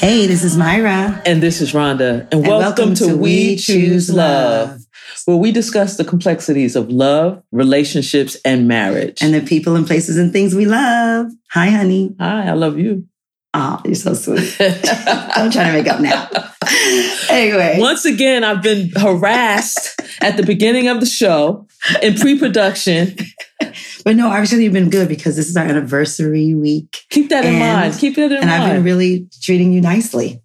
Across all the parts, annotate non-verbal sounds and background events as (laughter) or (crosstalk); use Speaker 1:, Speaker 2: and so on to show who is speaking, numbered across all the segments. Speaker 1: This is Myra.
Speaker 2: And this is Rhonda. And, welcome, to, We Choose Love, where we discuss the complexities of love, relationships, and marriage.
Speaker 1: and the people and places and things we love. Hi, honey.
Speaker 2: hi, I
Speaker 1: (laughs)
Speaker 2: love you.
Speaker 1: Oh, you're so sweet. I'm trying to make up now. (laughs) anyway,
Speaker 2: Once again, I've been harassed at the beginning of the show in pre production.
Speaker 1: but no, actually, you've been good because this is our anniversary week,
Speaker 2: Keep that in
Speaker 1: And-
Speaker 2: mind. Keep that in
Speaker 1: and
Speaker 2: mind.
Speaker 1: I've been really treating you nicely.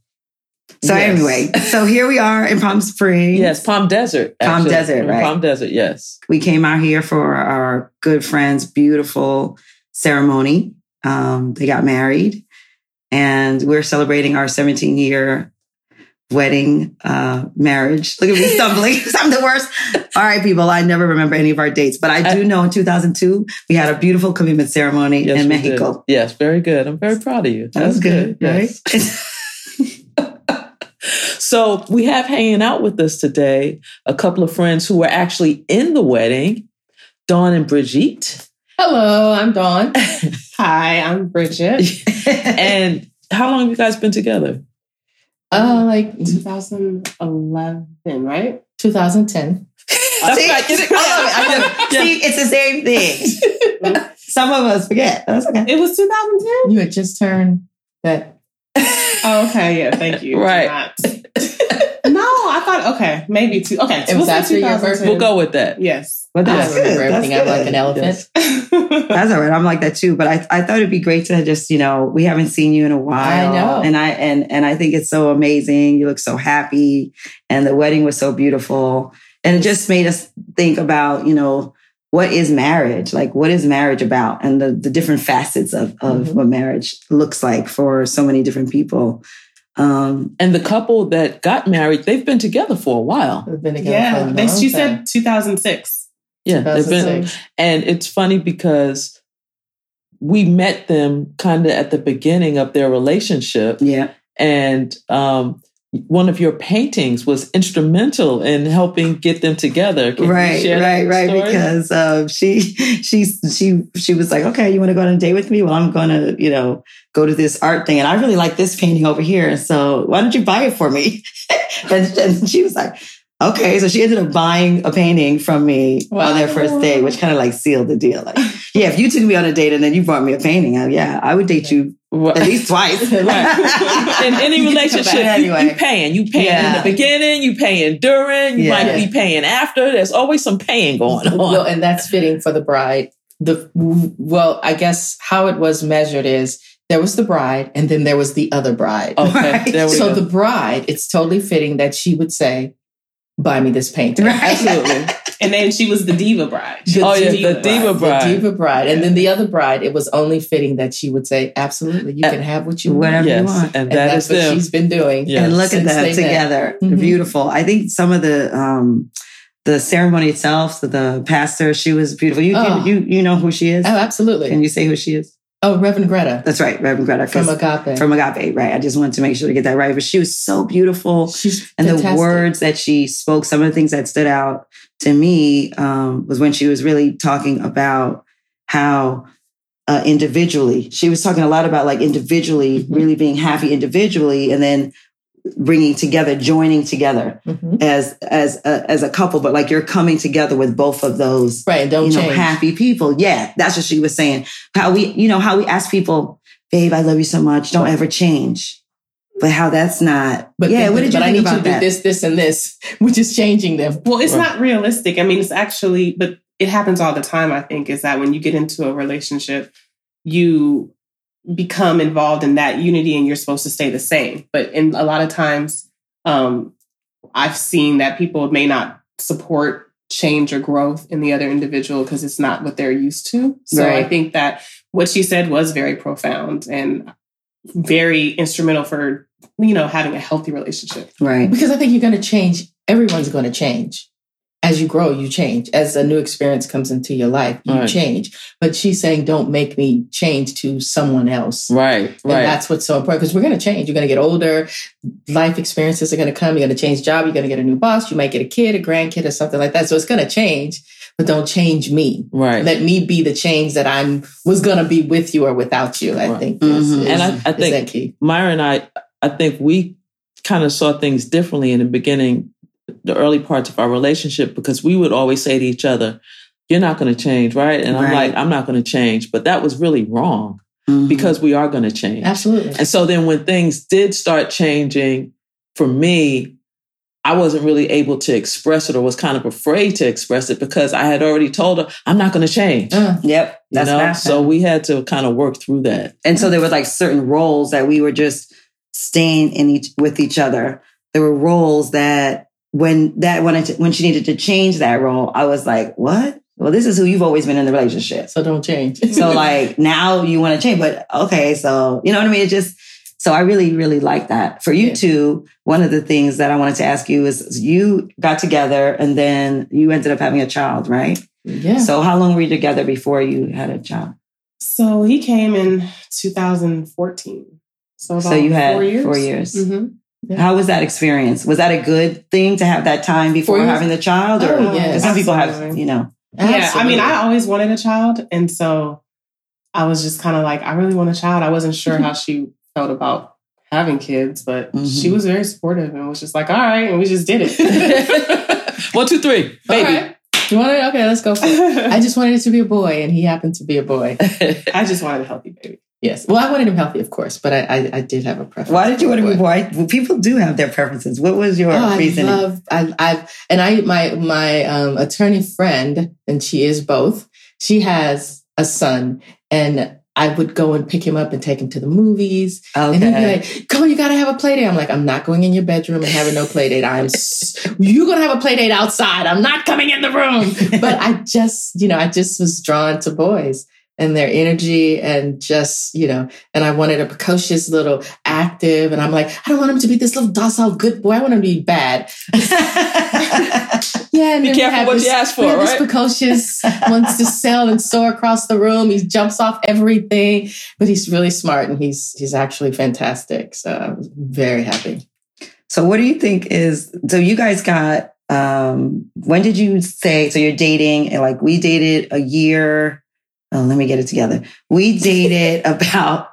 Speaker 1: So
Speaker 2: Yes.
Speaker 1: anyway, so here we are in Palm Springs.
Speaker 2: Yes, Palm Desert.
Speaker 1: Palm
Speaker 2: actually.
Speaker 1: Desert, right.
Speaker 2: Palm Desert, yes.
Speaker 1: we came out here for our good friend's beautiful ceremony. Um, they got married, and we're celebrating our 17 year wedding uh, marriage. Look at
Speaker 2: (laughs)
Speaker 1: me stumbling. (laughs) I'm the worst. All right, people, I never remember any of our dates, but I do know in 2002 we had a beautiful commitment ceremony
Speaker 2: yes
Speaker 1: in
Speaker 2: we did.
Speaker 1: Mexico.
Speaker 2: Yes, very good. I'm very proud of you.
Speaker 1: That was good,
Speaker 2: Yes.
Speaker 1: right?
Speaker 2: (laughs)
Speaker 1: (laughs)
Speaker 2: So we have hanging out with us today a couple of friends who were actually in the wedding, Dawn and Brigitte.
Speaker 3: Hello, I'm Dawn. Hi, I'm Bridget.
Speaker 2: (laughs) and how long have you guys been together?
Speaker 3: Uh, like 2011, right? 2010.
Speaker 2: That's
Speaker 1: See?
Speaker 2: right. Get it?
Speaker 1: I know.
Speaker 2: (laughs) Yeah.
Speaker 1: See, it's the same thing.
Speaker 2: (laughs)
Speaker 1: Some of us forget. That's okay.
Speaker 3: It was 2010. You had just turned that.
Speaker 4: Oh, okay, yeah, thank you.
Speaker 2: Right.
Speaker 4: Do
Speaker 2: (laughs)
Speaker 4: not- no, I thought okay, maybe two. Okay,
Speaker 3: It was
Speaker 4: say
Speaker 3: after your
Speaker 4: 2010.
Speaker 2: We'll go with that.
Speaker 4: Yes.
Speaker 2: (laughs)
Speaker 1: But
Speaker 3: I
Speaker 1: that's
Speaker 3: don't remember
Speaker 1: good. That's
Speaker 3: everything. I'm
Speaker 1: good.
Speaker 3: like an elephant.
Speaker 2: Yes.
Speaker 1: That's all right. I'm like that too. But I, I thought it'd be great to just, you know, we haven't seen you in a while.
Speaker 3: I know.
Speaker 1: And I and and I think it's so amazing. You look so happy. And the wedding was so beautiful. And it just made us think about, you know, what is marriage? Like what is marriage about? And the, the different facets of, of
Speaker 3: Mhm.
Speaker 1: what marriage looks like for so many different people. Um
Speaker 2: And the couple that got married, they've been together for a while.
Speaker 3: We've been together for a
Speaker 4: yeah,
Speaker 3: long
Speaker 4: they, she
Speaker 3: time.
Speaker 4: said 2006.
Speaker 2: Yeah, they've been.
Speaker 3: 2006.
Speaker 2: And it's funny because we met them kind of at the beginning of their relationship.
Speaker 1: yeah.
Speaker 2: and um, one of your paintings was instrumental in helping get them together. Can you
Speaker 1: right,
Speaker 2: share that
Speaker 1: right, right.
Speaker 2: story?
Speaker 1: Because um, she, she, she, she was like, "Okay, you want to go on a date with me? Well, I'm going to, you know, go to this art thing, and I really like this painting over here. So why don't you buy it for me?" (laughs) and, and she was like, "Okay." So she ended up buying a painting from me on their
Speaker 3: Wow.
Speaker 1: first date, which kind of like sealed the deal. Like, yeah, if you took me on a date and then you brought me a painting, I, yeah, I would date you at (laughs)
Speaker 2: Right.
Speaker 1: least
Speaker 2: (laughs)
Speaker 1: twice. (laughs)
Speaker 3: Right.
Speaker 2: In any
Speaker 1: You can come
Speaker 2: relationship,
Speaker 1: back
Speaker 2: you, you
Speaker 1: anyway.
Speaker 2: paying. You paying
Speaker 1: Yeah.
Speaker 2: in the beginning, you paying during, you
Speaker 1: Yeah.
Speaker 2: might be paying after. There's always some paying going on.
Speaker 3: Well, (laughs) and that's fitting for the bride. The well, I guess how it was measured is there was the bride, and then there was the other bride.
Speaker 2: okay,
Speaker 1: Right.
Speaker 2: Oh, there we
Speaker 3: so
Speaker 2: go.
Speaker 3: the bride, it's totally fitting that she would say, "Buy me this painting." (laughs)
Speaker 2: Absolutely.
Speaker 4: And then she was the diva bride.
Speaker 3: The
Speaker 2: Oh, yeah, the diva bride.
Speaker 3: The diva bride. And then the other bride, it was only fitting that she would say, absolutely,
Speaker 2: Uh,
Speaker 3: you can have what you want.
Speaker 1: Whatever you
Speaker 2: yes,
Speaker 1: want.
Speaker 2: and
Speaker 3: And
Speaker 2: that
Speaker 3: that's
Speaker 2: is
Speaker 3: what
Speaker 2: them.
Speaker 3: she's been doing.
Speaker 2: Yeah.
Speaker 1: and look at
Speaker 3: Since
Speaker 1: that
Speaker 3: they met.
Speaker 1: together
Speaker 3: Mhm.
Speaker 1: beautiful i think some of the um the ceremony itself the pastor she was beautiful you
Speaker 3: Oh.
Speaker 1: you, you you know who she is
Speaker 3: Oh, absolutely.
Speaker 1: can you say who she is
Speaker 3: oh, Reverend Greta
Speaker 1: that's right reverend greta 'cause-
Speaker 3: from Agape.
Speaker 1: from agape right i just wanted to make sure to get that right but she was so beautiful
Speaker 3: she's
Speaker 1: and the
Speaker 3: fantastic.
Speaker 1: words that she spoke some of the things that stood out to me um, was when she was really talking about how uh, individually she was talking a lot about like individually
Speaker 3: Mhm.
Speaker 1: really being happy individually and then bringing together joining together
Speaker 3: Mhm.
Speaker 1: as as a, as a couple but like you're coming together with both of those
Speaker 3: Right, and don't
Speaker 1: you know
Speaker 3: change.
Speaker 1: happy people yeah that's what she was saying how we you know how we ask people babe i love you so much don't ever change but how that's not
Speaker 3: but
Speaker 1: yeah
Speaker 3: then-
Speaker 1: what did you
Speaker 3: but I
Speaker 1: think
Speaker 3: need
Speaker 1: about
Speaker 3: you to
Speaker 1: that
Speaker 3: do this, this, and this, which is changing them.
Speaker 4: Well, it's
Speaker 2: Right.
Speaker 4: not realistic. I mean, it's actually, but it happens all the time, I think, is that when you get into a relationship, you become involved in that unity and you're supposed to stay the same. But in a lot of times, um, I've seen that people may not support change or growth in the other individual because it's not what they're used to. So
Speaker 1: Right.
Speaker 4: I think that what she said was very profound and very instrumental for, you know, having a healthy relationship.
Speaker 1: right
Speaker 3: Because I think you're going to change. Everyone's going to change. As you grow, you change. As a new experience comes into your life, you
Speaker 2: Right.
Speaker 3: change. But she's saying, don't make me change to someone else.
Speaker 2: right,
Speaker 3: And
Speaker 2: right.
Speaker 3: that's what's so important because we're going to change. You're going to get older. Life experiences are going to come. You're going to change job. You're going to get a new boss. You might get a kid, a grandkid, or something like that. So it's going to change, but don't change me.
Speaker 2: Right.
Speaker 3: Let me be the change that I'm was going to be with you or without you.
Speaker 2: Right.
Speaker 3: I
Speaker 2: Mm-hmm.
Speaker 3: think. is-
Speaker 1: Mhm.
Speaker 3: is-
Speaker 2: And I- I
Speaker 3: is
Speaker 2: think-
Speaker 3: that key.
Speaker 2: Myra and I I think we kind of saw things differently in the beginning, the early parts of our relationship, because we would always say to each other, You're not going to change, right? And I'm
Speaker 1: Right.
Speaker 2: like, I'm not going to change. But that was really wrong
Speaker 1: Mhm.
Speaker 2: because we are going to change.
Speaker 3: Absolutely.
Speaker 2: And so then when things did start changing for me, I wasn't really able to express it or was kind of afraid to express it because I had already told her, I'm not going to change.
Speaker 3: Uh,
Speaker 1: yep,
Speaker 2: You
Speaker 1: Mm, that's
Speaker 2: know?
Speaker 1: not
Speaker 2: So we had to kind of work through
Speaker 1: (laughs)
Speaker 2: that. (laughs)
Speaker 1: And so there were like certain roles that we were just staying in each with each other. There were roles that when that when it, when she needed to change that role, I was like, "What? Well, this is who you've always been in the relationship.
Speaker 3: so don't change. (laughs)
Speaker 2: (laughs)
Speaker 1: So like now you want to change, but okay, so you know what I mean? It just so I really really like that. For you
Speaker 3: Yeah.
Speaker 1: two, one of the things that I wanted to ask you is you got together and then you ended up having a child, right?
Speaker 3: yeah.
Speaker 1: So how long were you together before you had a child?
Speaker 4: So he came in 2014. So, about
Speaker 1: So you had
Speaker 4: four years.
Speaker 1: four years.
Speaker 3: Mm-hmm.
Speaker 4: hmm
Speaker 1: How was that experience? Was that a good thing to have that time before
Speaker 3: Four years?
Speaker 1: having the child? Or
Speaker 3: Oh, yes.
Speaker 1: 'cause some people have,
Speaker 4: Absolutely.
Speaker 1: you know,
Speaker 4: Yeah, I mean,
Speaker 3: Absolutely.
Speaker 4: I always wanted a child, and so I was just kind of like, I really want a child. I wasn't sure how she felt about having kids, but
Speaker 1: Mhm.
Speaker 4: she was very supportive and was just like, "All right," and we just did
Speaker 1: (laughs)
Speaker 4: it.
Speaker 2: One, two, three,
Speaker 3: All
Speaker 2: baby.
Speaker 3: right. You want it? Okay, let's go for it. I just wanted it to be a boy, and he happened to be a boy.
Speaker 1: (laughs)
Speaker 4: I just wanted a healthy baby.
Speaker 3: Yes. Well, I wanted him healthy, of course, but I, I, I did have a preference.
Speaker 1: why did you want to
Speaker 3: for
Speaker 1: be
Speaker 3: boy.
Speaker 1: why? Well, people do have their preferences. What was your
Speaker 3: Oh, I
Speaker 1: reasoning?
Speaker 3: love. I, I and I my my um, attorney friend, and she is both. She has a son, and I would go and pick him up and take him to the movies, and he'd
Speaker 1: okay.
Speaker 3: be like, (laughs) "Come, on, you gotta have a play date." I'm like, "I'm not going in your bedroom and having no play date. I'm s- you're gonna have a play date outside. I'm not coming in the room." But I just, you know, I just was drawn to boys and their energy and just, you know, and I wanted a precocious little active. And I'm like, I don't want him to be this little docile good boy. I want him to be bad. Yeah, and
Speaker 2: Be
Speaker 3: then we
Speaker 2: careful
Speaker 3: had
Speaker 2: what
Speaker 3: this-
Speaker 2: you ask
Speaker 3: we
Speaker 2: for,
Speaker 3: had this
Speaker 2: right? (laughs)
Speaker 3: precocious wants to sail and soar across the room. He jumps off everything, but he's really smart and he's he's actually fantastic. So I'm very happy.
Speaker 1: (laughs) so, what do you think is so? You guys got, um, when did you say? So, you're dating, and like we dated a year. Oh, let me get it together. We dated (laughs) about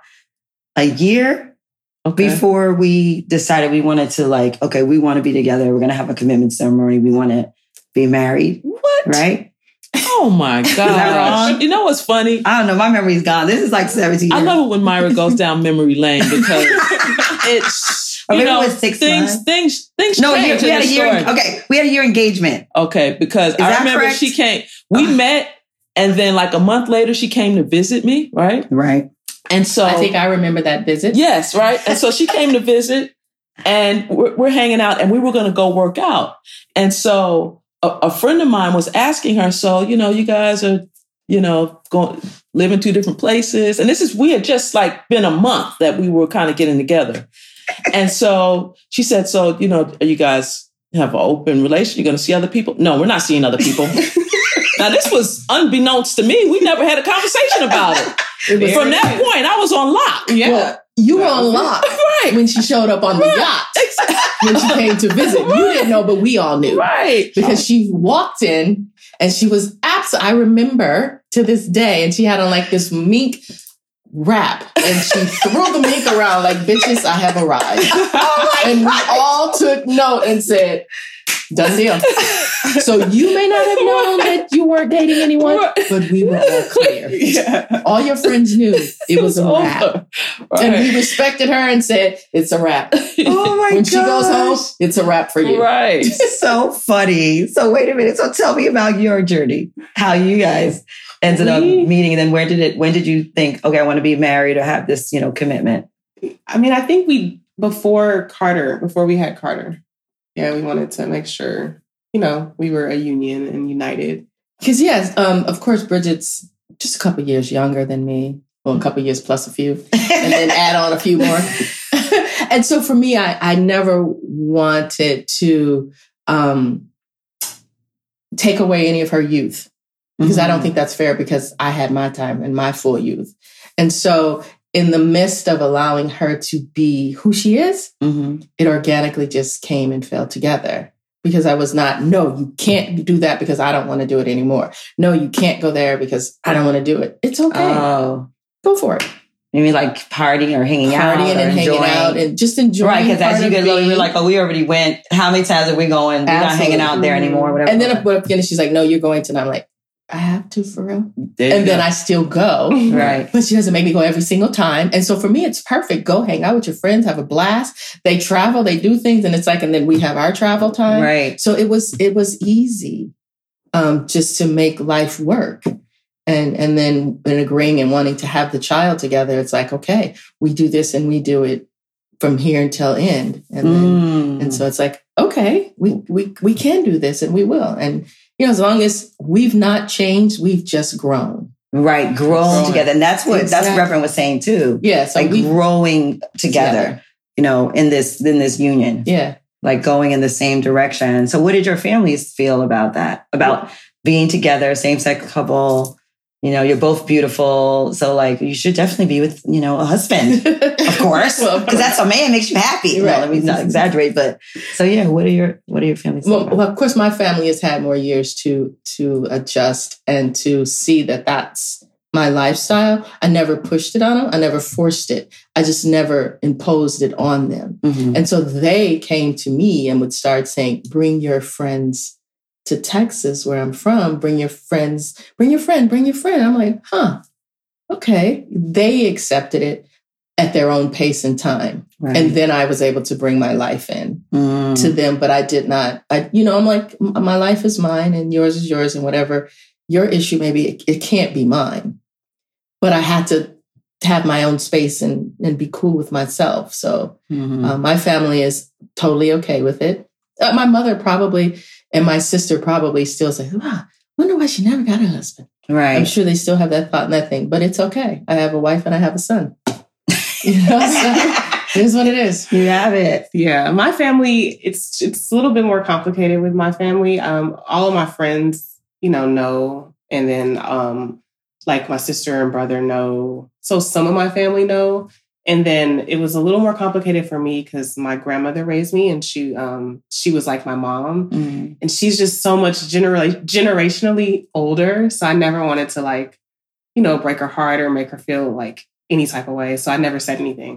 Speaker 1: a year
Speaker 2: Okay.
Speaker 1: before we decided we wanted to like okay we want to be together we're going to have a commitment ceremony we want to be married
Speaker 2: What?
Speaker 1: right (laughs)
Speaker 2: Oh my
Speaker 1: that
Speaker 2: gosh. You know what's funny?
Speaker 1: i don't know my memory's gone this is like 17
Speaker 2: I
Speaker 1: years.
Speaker 2: love it when Myra
Speaker 1: (laughs)
Speaker 2: goes down memory lane because it's
Speaker 1: Or
Speaker 2: you
Speaker 1: maybe it
Speaker 2: know
Speaker 1: was six
Speaker 2: things
Speaker 1: months.
Speaker 2: things things
Speaker 1: no
Speaker 2: change
Speaker 1: we- we
Speaker 2: in
Speaker 1: had a
Speaker 2: the
Speaker 1: year
Speaker 2: story.
Speaker 1: okay we had a year engagement
Speaker 2: Okay, because I
Speaker 1: that
Speaker 2: remember
Speaker 1: correct?
Speaker 2: she came. We met, and then like a month later, she came to visit me, right?
Speaker 1: right
Speaker 2: And so
Speaker 3: I think I remember that visit.
Speaker 2: yes, right. And so she came to visit, and we're, we're hanging out, and we were going to go work out. And so a, a friend of mine was asking her, so you know, you guys are, you know, going live in two different places, and this is we had just like been a month that we were kind of getting together, and so she said, so you know, are you guys have an open relation? You're going to see other people? No, we're not seeing other people. now this was unbeknownst to me. We never had a conversation about it.
Speaker 3: It was-
Speaker 2: From that point, I was on lock.
Speaker 4: Yeah.
Speaker 3: Well, you were on lock
Speaker 2: (laughs) Right.
Speaker 3: when she showed up on the yacht when she came to visit. You didn't know, but we all knew.
Speaker 2: Right.
Speaker 3: because she walked in and she was absent. I remember to this day, and she had on like this mink wrap, and she threw the mink around like, "Bitches, I have arrived."
Speaker 2: Oh
Speaker 3: (laughs) and we all took note and said, "Done deal." so you may not have known that you weren't dating anyone,
Speaker 2: Right.
Speaker 3: but we were all clear.
Speaker 2: (laughs)
Speaker 4: Yeah.
Speaker 3: All your friends knew it was a wrap,
Speaker 2: over. Right.
Speaker 3: and we respected her and said, "It's a wrap."
Speaker 1: oh my
Speaker 3: (laughs) When
Speaker 1: gosh.
Speaker 3: she goes home, it's a wrap for you.
Speaker 2: right.
Speaker 1: so funny so wait a minute so tell me about your journey how you guys ended up
Speaker 4: We-
Speaker 1: meeting and then where did it when did you think okay i want to be married or have this you know commitment
Speaker 4: I mean, I think we before Carter, before we had Carter, yeah, we wanted to make sure you know we were a union and united.
Speaker 3: Because yes, um, of course, Bridget's just a couple years younger than me. Well, a couple years plus a few, and then add on a few more. (laughs) and so for me, I, I never wanted to um, take away any of her youth because
Speaker 1: Mm-hmm.
Speaker 3: I don't think that's fair because I had my time and my full youth. And so, in the midst of allowing her to be who she is,
Speaker 1: Mhm.
Speaker 3: it organically just came and fell together because I was not, no, you can't do that because I don't want to do it anymore. No, you can't go there because I don't want to do it. It's okay.
Speaker 1: oh
Speaker 3: go for it.
Speaker 1: You mean like partying or hanging out?
Speaker 3: partying
Speaker 1: or
Speaker 3: and hanging
Speaker 1: enjoying.
Speaker 3: out and just enjoying.
Speaker 1: Right, because
Speaker 3: part
Speaker 1: as you
Speaker 3: of
Speaker 1: get older,
Speaker 3: being-
Speaker 1: you're like, oh, we already went. How many times are we going? We're not hanging out there anymore. Whatever.
Speaker 3: and then but again, she's like, "No, you're going to," and I'm like, "I have to for real."
Speaker 2: There you
Speaker 3: And then
Speaker 2: go.
Speaker 3: I still go.
Speaker 1: (laughs) right,
Speaker 3: But she doesn't make me go every single time. And so for me, it's perfect. Go hang out with your friends, have a blast. They travel, they do things, and it's like, and then we have our travel time.
Speaker 1: right.
Speaker 3: So it was it was easy um, just to make life work. And and then in agreeing and wanting to have the child together, it's like, okay, we do this and we do it from here until end. And then
Speaker 1: Mm.
Speaker 3: and so it's like, okay, we we we can do this and we will. And you know, as long as we've not changed, we've just grown.
Speaker 1: right, grown
Speaker 4: Growing.
Speaker 1: together, and that's what that's
Speaker 3: Exactly.
Speaker 1: what Reverend was saying too.
Speaker 3: Yeah. So
Speaker 1: Like
Speaker 3: we
Speaker 1: growing together, you know, in this in this union,
Speaker 3: Yeah.
Speaker 1: like going in the same direction. So, what did your families feel about that? About being together, same sex couple. You know, you're both beautiful, so like you should definitely be with you know a husband. of course,
Speaker 3: (laughs) Well,
Speaker 1: because that's a man makes you happy.
Speaker 3: Right.
Speaker 1: No, let me not exaggerate, but so yeah, what are your what are your families? think
Speaker 3: Well,
Speaker 1: about
Speaker 3: well, of course, my family has had more years to to adjust and to see that that's my lifestyle. I never pushed it on them. I never forced it. I just never imposed it on them.
Speaker 1: that? Mhm.
Speaker 3: And so they came to me and would start saying, "Bring your friends to Texas, where I'm from. Bring your friends. Bring your friend. Bring your friend." I'm like, "Huh? Okay." They accepted it at their own pace and time,
Speaker 1: Right.
Speaker 3: and then I was able to bring my life in
Speaker 1: Mm.
Speaker 3: to them, but I did not. I, you know, I'm like, m- my life is mine and yours is yours and whatever your issue may be, it, it can't be mine. But I had to have my own space and and be cool with myself. So
Speaker 1: Mhm.
Speaker 3: uh, my family is totally okay with it. Uh, my mother probably and my sister probably still say, "Ah, wonder why she never got a husband."
Speaker 1: right.
Speaker 3: I'm sure they still have that thought and that thing, but it's okay. I have a wife and I have a son. (laughs) You know,
Speaker 1: (laughs)
Speaker 3: so it is what it is.
Speaker 1: you have it.
Speaker 4: Yeah, my family it's it's a little bit more complicated with my family. Um all of my friends, you know, know and then um like my sister and brother know. So some of my family know and then it was a little more complicated for me cuz my grandmother raised me and she um she was like my mom
Speaker 1: Mm.
Speaker 4: and she's just so much genera- generationally older so I never wanted to like you know break her heart or make her feel like any type of way so I never said anything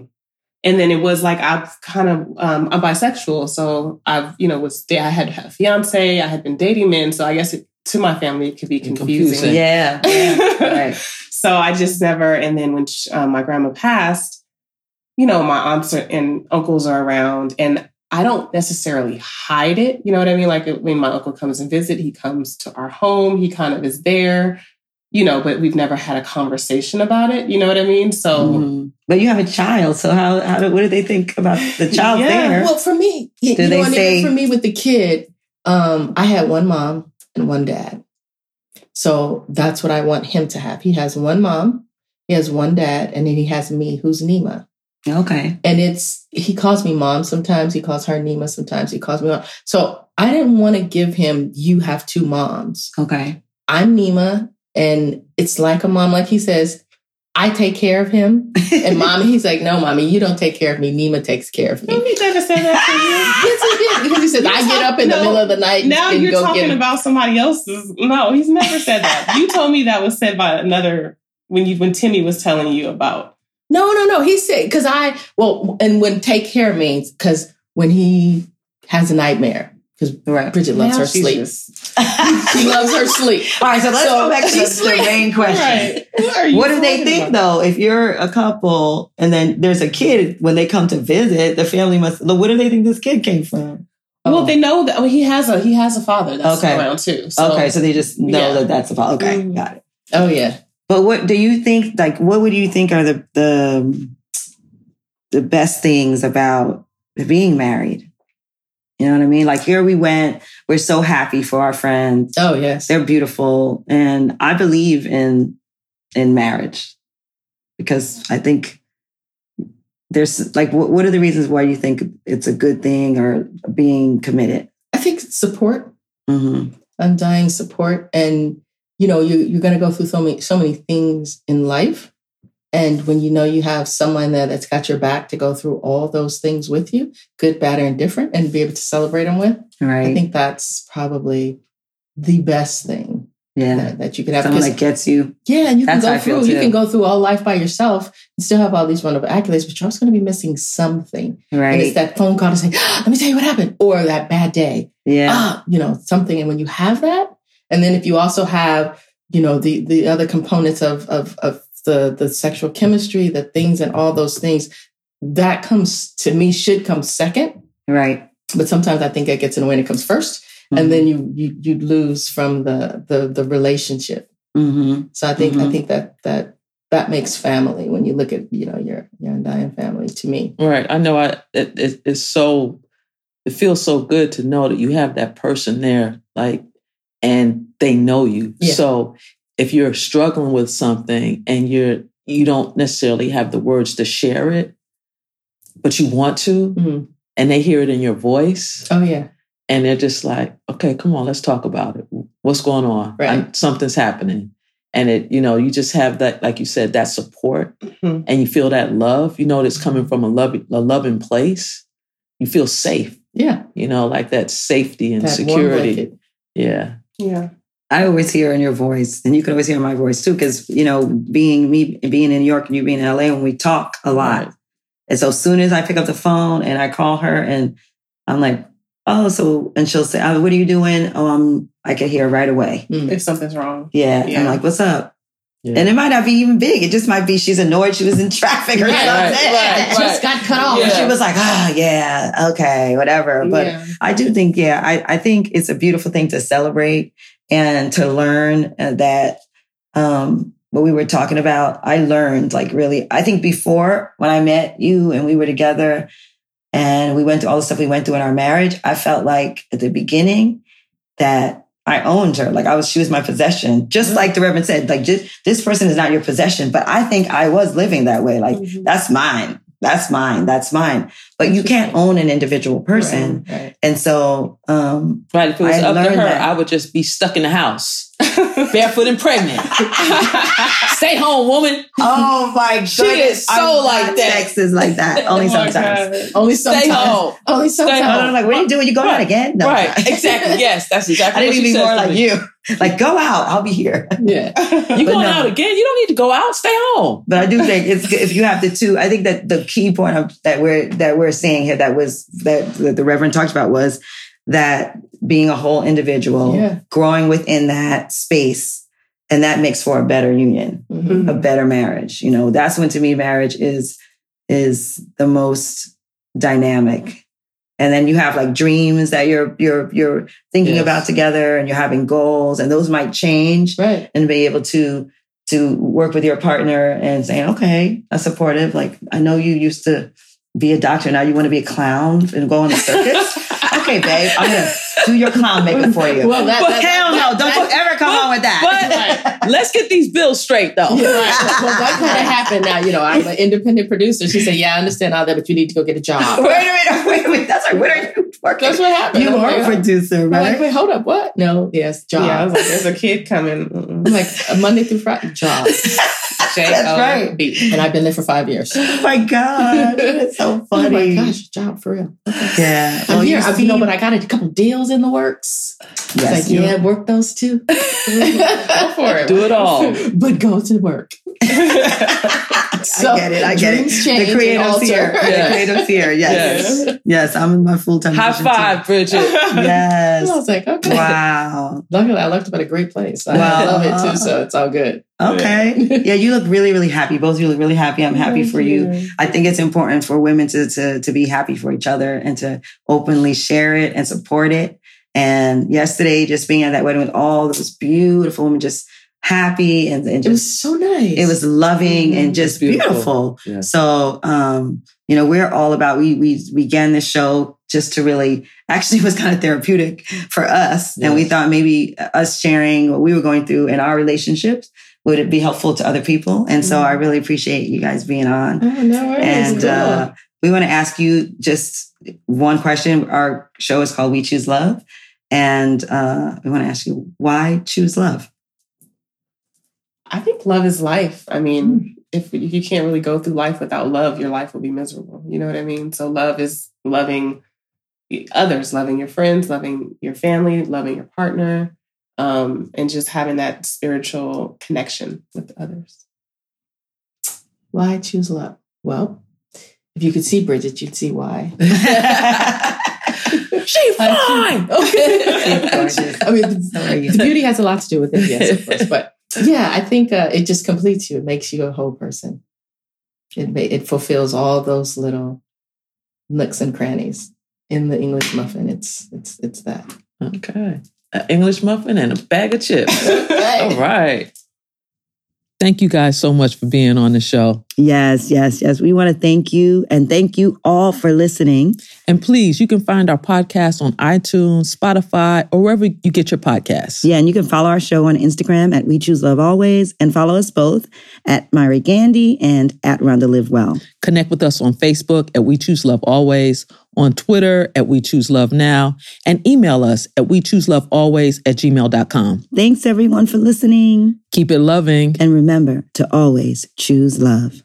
Speaker 4: and then it was like I've kind of um, I'm bisexual, so I've you know was I had a fiance, I had been dating men, so I guess it, to my family it could be
Speaker 2: And
Speaker 4: confusing.
Speaker 2: confusing.
Speaker 1: Yeah.
Speaker 3: (laughs)
Speaker 2: (laughs)
Speaker 1: yeah. right.
Speaker 4: so I just never. And then when sh um, my grandma passed, you know my aunts are, and uncles are around, and I don't necessarily hide it. You know what I mean? Like when my uncle comes and visit, he comes to our home, he kind of is there, you know. But we've never had a conversation about it. You know what I mean? So.
Speaker 1: Mhm. But you have a child, so how how do, what do they think about the child
Speaker 4: Yeah.
Speaker 1: there?
Speaker 3: Well, for me, y- you,
Speaker 1: Do
Speaker 3: know,
Speaker 1: they
Speaker 3: and
Speaker 1: say-
Speaker 3: even for me with the kid, um, I had one mom and one dad. So that's what I want him to have. He has one mom, he has one dad, and then he has me, who's Nima.
Speaker 1: okay.
Speaker 3: And it's he calls me mom sometimes, he calls her Nima sometimes, he calls me mom. So I didn't want to give him you have two moms.
Speaker 1: Okay.
Speaker 3: I'm Nima, and it's like a mom, like he says, I take care of him.
Speaker 1: (laughs)
Speaker 3: And mommy, he's like, No, mommy, you don't take care of me. Nima takes care of me.
Speaker 4: Don't you never say that to me?
Speaker 3: Yes, he did because he said,
Speaker 4: You're
Speaker 3: "I get
Speaker 4: talk-
Speaker 3: up in the
Speaker 4: no.
Speaker 3: middle of the night
Speaker 4: Now
Speaker 3: (laughs) and
Speaker 4: you're
Speaker 3: go get
Speaker 4: talking
Speaker 3: him."
Speaker 4: about somebody else's. No, he's never said that. you told me that was said by another when you when Timmy was telling you about.
Speaker 3: no, no, no. He said because I well, and when take care means because when he has a nightmare because
Speaker 1: Right.
Speaker 3: Bridget loves
Speaker 4: Now
Speaker 3: her
Speaker 4: she's
Speaker 3: sleep.
Speaker 4: just-
Speaker 3: She loves her sleep.
Speaker 4: (laughs)
Speaker 1: All right. So let's
Speaker 3: So-
Speaker 1: go back to
Speaker 3: She's
Speaker 1: the, the
Speaker 3: sleeping.
Speaker 1: main question.
Speaker 4: Right. What, are you
Speaker 1: What do they
Speaker 4: talking
Speaker 1: think
Speaker 4: about?
Speaker 1: though? If you're a couple and then there's a kid when they come to visit, the family must. What do they think this kid came from?
Speaker 4: Well, they know that well, he has a he has a father that's
Speaker 1: Oh. Okay.
Speaker 4: around too. So
Speaker 1: okay, so they just know
Speaker 4: Yeah.
Speaker 1: that that's a problem. Okay,
Speaker 3: Mm.
Speaker 1: got it.
Speaker 3: Oh yeah,
Speaker 1: But what do you think? Like, what would you think are the the the best things about being married? You know what I mean? Like here we went. We're so happy for our friends.
Speaker 3: oh yes.
Speaker 1: They're beautiful, and I believe in in marriage because I think there's like what, what are the reasons why you think it's a good thing or being committed?
Speaker 3: I think support,
Speaker 1: Mm-hmm.
Speaker 3: undying support, and you know you you're going to go through so many so many things in life, and when you know you have someone that that's got your back to go through all those things with you, good, bad, or indifferent, and be able to celebrate them with.
Speaker 1: Right.
Speaker 3: I think that's probably the best thing.
Speaker 1: Yeah.
Speaker 3: that, that you can have.
Speaker 1: Someone
Speaker 3: Because
Speaker 1: that gets you.
Speaker 3: yeah, and you can
Speaker 1: That's how
Speaker 3: go
Speaker 1: I feel
Speaker 3: through. You
Speaker 1: too.
Speaker 3: can go through all life by yourself and still have all these wonderful accolades, but you're also going to be missing something. And it's
Speaker 1: Right.
Speaker 3: that phone call to say, "Ah, "Let me tell you what happened," or that bad day.
Speaker 1: Yeah.
Speaker 3: ah, you know, something. And when you have that, and then if you also have, you know, the the other components of of of the the sexual chemistry, the things, and all those things, that comes to me should come second.
Speaker 1: Right.
Speaker 3: But sometimes I think it gets in the way and it comes 1st and then you you you lose from the the the relationship.
Speaker 1: hmm
Speaker 3: So I think I
Speaker 1: Mhm.
Speaker 3: think that that that makes family when you look at you know your your undying family to me.
Speaker 2: Right. I know. I it, it, it's so it feels so good to know that you have that person there, like, and they know you.
Speaker 3: Yeah.
Speaker 2: So if you're struggling with something and you're you don't necessarily have the words to share it, but you want to,
Speaker 3: Mhm.
Speaker 2: and they hear it in your voice,
Speaker 3: Oh yeah,
Speaker 2: and they're just like, "Okay, come on, let's talk about it. What's going on?
Speaker 3: Right.
Speaker 2: I- something's happening." And it, you know, you just have that, like you said, that support
Speaker 1: Mm-hmm.
Speaker 4: Mhm.
Speaker 2: and you feel that love, you know, it's coming from a loving, a loving place. You feel safe,
Speaker 3: yeah,
Speaker 2: you know, like that safety and
Speaker 3: that warm
Speaker 2: security.
Speaker 3: blanket.
Speaker 2: Yeah.
Speaker 4: Yeah.
Speaker 1: I always hear in your voice, and you can always hear my voice too, because you know, being me being in New York and you being in LA, when we talk a lot,
Speaker 2: Right.
Speaker 1: and so soon as I pick up the phone and I call her, and I'm like, "Oh, so," and she'll say, oh, "What are you doing?" Oh, I'm. I can hear right away.
Speaker 3: Mm.
Speaker 4: If something's wrong.
Speaker 1: Yeah, I'm
Speaker 4: Yeah.
Speaker 1: like, "What's up?"
Speaker 2: Yeah.
Speaker 1: And it might not be even big. It just might be she's annoyed she was in (laughs) traffic or
Speaker 3: Right,
Speaker 1: something.
Speaker 2: right, right.
Speaker 3: Just got cut off.
Speaker 1: And She
Speaker 2: Yeah.
Speaker 1: was like, "Ah, yeah, okay, whatever." But
Speaker 4: yeah.
Speaker 1: I do think, yeah, I, I think it's a beautiful thing to celebrate and to learn uh, that um, what we were talking about. I learned, like, really, I think before when I met you and we were together and we went through all the stuff we went through in our marriage, I felt like at the beginning that I owned her. Like, I was, she was my possession. Just
Speaker 4: Yeah.
Speaker 1: like the Reverend said, like, just, this person is not your possession. But I think I was living that way. Like,
Speaker 4: Mhm.
Speaker 1: that's mine. That's mine. That's mine. But you can't own an individual person.
Speaker 3: Right.
Speaker 1: And so, um,
Speaker 2: Right. If it was
Speaker 1: I
Speaker 2: up to her,
Speaker 1: learned that.
Speaker 2: I would just be stuck in
Speaker 1: (laughs)
Speaker 2: the house, barefoot and pregnant. Stay home, woman. (laughs)
Speaker 1: oh my goodness,
Speaker 2: is so
Speaker 1: I'm
Speaker 2: like
Speaker 1: not
Speaker 2: that.
Speaker 1: Texas like that
Speaker 2: (laughs) Oh
Speaker 1: only
Speaker 4: Oh my
Speaker 1: sometimes.
Speaker 4: God.
Speaker 3: Only
Speaker 2: Stay
Speaker 3: sometimes.
Speaker 2: home.
Speaker 3: Only sometimes.
Speaker 1: And I'm like, what are you doing? You going out
Speaker 2: Right.
Speaker 1: again? No, I'm
Speaker 2: right.
Speaker 1: not. (laughs)
Speaker 2: Exactly. Yes. That's exactly
Speaker 1: I
Speaker 2: what
Speaker 1: didn't
Speaker 2: she
Speaker 1: even
Speaker 2: said.
Speaker 1: more
Speaker 2: to
Speaker 1: like
Speaker 2: me.
Speaker 1: you. Like go out, I'll be here. (laughs)
Speaker 3: (laughs) Yeah.
Speaker 2: (laughs) You
Speaker 1: But
Speaker 2: going
Speaker 1: no.
Speaker 2: out again? You don't need to go out. Stay home.
Speaker 1: But I do think it's if you have the two. I think that the key point of, that we're that we're seeing here that was that, that the Reverend talked about was that being a whole individual,
Speaker 3: Yeah.
Speaker 1: growing within that space, and that makes for a better union.
Speaker 3: Mhm.
Speaker 1: a better marriage. You know, that's when to me marriage is is the most dynamic. And then you have like dreams that you're you're you're thinking
Speaker 2: Yes.
Speaker 1: about together and you're having goals and those might change
Speaker 3: Right.
Speaker 1: and be able to to work with your partner and saying, okay, that's supportive. Like I know you used to be a doctor, now you want to be a clown and go on a circus. okay, babe, I'm gonna do your clown makeup for you.
Speaker 3: Well, that, that,
Speaker 1: Hell no, don't you ever come
Speaker 2: but-
Speaker 1: on with that.
Speaker 2: But let's get these bills straight, though.
Speaker 3: Yeah, right. Well, that kind of happened now. You know, I'm an independent producer. She said, Yeah, I understand all that, but you need to go get a job.
Speaker 1: wait a minute, wait (laughs) a minute. That's like, what are you working?
Speaker 3: That's what happened.
Speaker 1: You
Speaker 3: I'm
Speaker 1: are a
Speaker 3: like,
Speaker 1: producer,
Speaker 3: I'm like,
Speaker 1: right?
Speaker 3: Wait, hold up. What? No, yes, job.
Speaker 4: (laughs) Yeah, I was like,
Speaker 1: (laughs)
Speaker 4: there's a kid coming. Mm-mm.
Speaker 3: I'm like, Monday through Friday, job.
Speaker 1: (laughs) That's
Speaker 3: And I've been there for five years.
Speaker 1: Oh my
Speaker 3: (laughs)
Speaker 1: God. It's so funny.
Speaker 3: Oh my gosh, job for real.
Speaker 1: Yeah.
Speaker 3: I'm here.
Speaker 1: Oh, you
Speaker 3: I'm, you know,
Speaker 1: see-
Speaker 3: but I got a couple deals in the works.
Speaker 1: yes,
Speaker 3: It's like,
Speaker 1: you-
Speaker 3: yeah, work
Speaker 1: (laughs)
Speaker 3: those too. Oh.
Speaker 4: Go for
Speaker 2: (laughs)
Speaker 4: it.
Speaker 2: Do it all.
Speaker 3: but go to work. So,
Speaker 1: I get it. I get it.
Speaker 3: dreams change
Speaker 1: The
Speaker 3: and
Speaker 1: creative's
Speaker 3: alter. (laughs)
Speaker 1: here.
Speaker 2: Yes.
Speaker 1: The creative's here. Yes.
Speaker 2: Yes.
Speaker 1: yes. I'm in my full time.
Speaker 2: High
Speaker 1: (laughs)
Speaker 2: five, Bridget. (laughs)
Speaker 3: (laughs) And I
Speaker 1: Yes.
Speaker 3: was like, okay.
Speaker 1: Wow.
Speaker 3: Luckily, I left up at a great place. I
Speaker 1: Wow.
Speaker 3: love it too, so it's all good.
Speaker 1: Okay.
Speaker 3: Yeah.
Speaker 1: Yeah, you look really, really happy. Both of you look really happy.
Speaker 4: (laughs)
Speaker 1: I'm happy for you. I think it's important for women to, to to be happy for each other and to openly share it and support it. And yesterday, just being at that wedding with all those beautiful women, just happy and, and
Speaker 3: It
Speaker 1: just
Speaker 3: was so nice. Mm-hmm.
Speaker 1: it was loving and just
Speaker 2: Beautiful.
Speaker 1: beautiful.
Speaker 2: Yeah.
Speaker 1: So, um, you know, we're all about we we began this show just to really actually it was kind of therapeutic for us, and we
Speaker 2: Yes.
Speaker 1: thought maybe uh, us sharing what we were going through in our relationships would it be helpful to other people. And
Speaker 3: Mm-hmm.
Speaker 1: so, I really appreciate you guys being on
Speaker 3: Oh, no worries.
Speaker 1: and
Speaker 3: Cool.
Speaker 1: uh, we want to ask you just one question. Our show is called We Choose Love. And uh, we want to ask you why choose love?
Speaker 4: I think love is life. I mean, if if you can't really go through life without love, your life will be miserable. You know what I mean? So love is loving others, loving your friends, loving your family, loving your partner, um, and just having that spiritual connection with (laughs) others.
Speaker 3: Why choose love? Well, if you could see Bridget, you'd see why.
Speaker 2: She fine.
Speaker 3: Okay. (laughs) I mean, the beauty has a lot to do with it, yes, of course. But yeah, I think uh, it just completes you. It makes you a whole person. It ma- it fulfills all those little nooks and crannies in the English muffin. It's it's it's that.
Speaker 2: Okay. An English muffin and a bag of chips. All
Speaker 3: Right.
Speaker 2: right. Thank you guys so much for being on the show.
Speaker 1: Yes, yes, yes. We want to thank you and thank you all for listening.
Speaker 2: And please, you can find our podcast on iTunes, Spotify, or wherever you get your podcasts.
Speaker 1: Yeah, and you can follow our show on Instagram at We Choose Love Always and follow us both at Myra Gandy and at Rhonda Live Well.
Speaker 2: Connect with us on Facebook at We Choose Love Always, on Twitter at We Choose Love Now, and email us at We Choose Love Always at gmail.com.
Speaker 1: Thanks everyone for listening.
Speaker 2: Keep it loving.
Speaker 1: And remember to always choose love.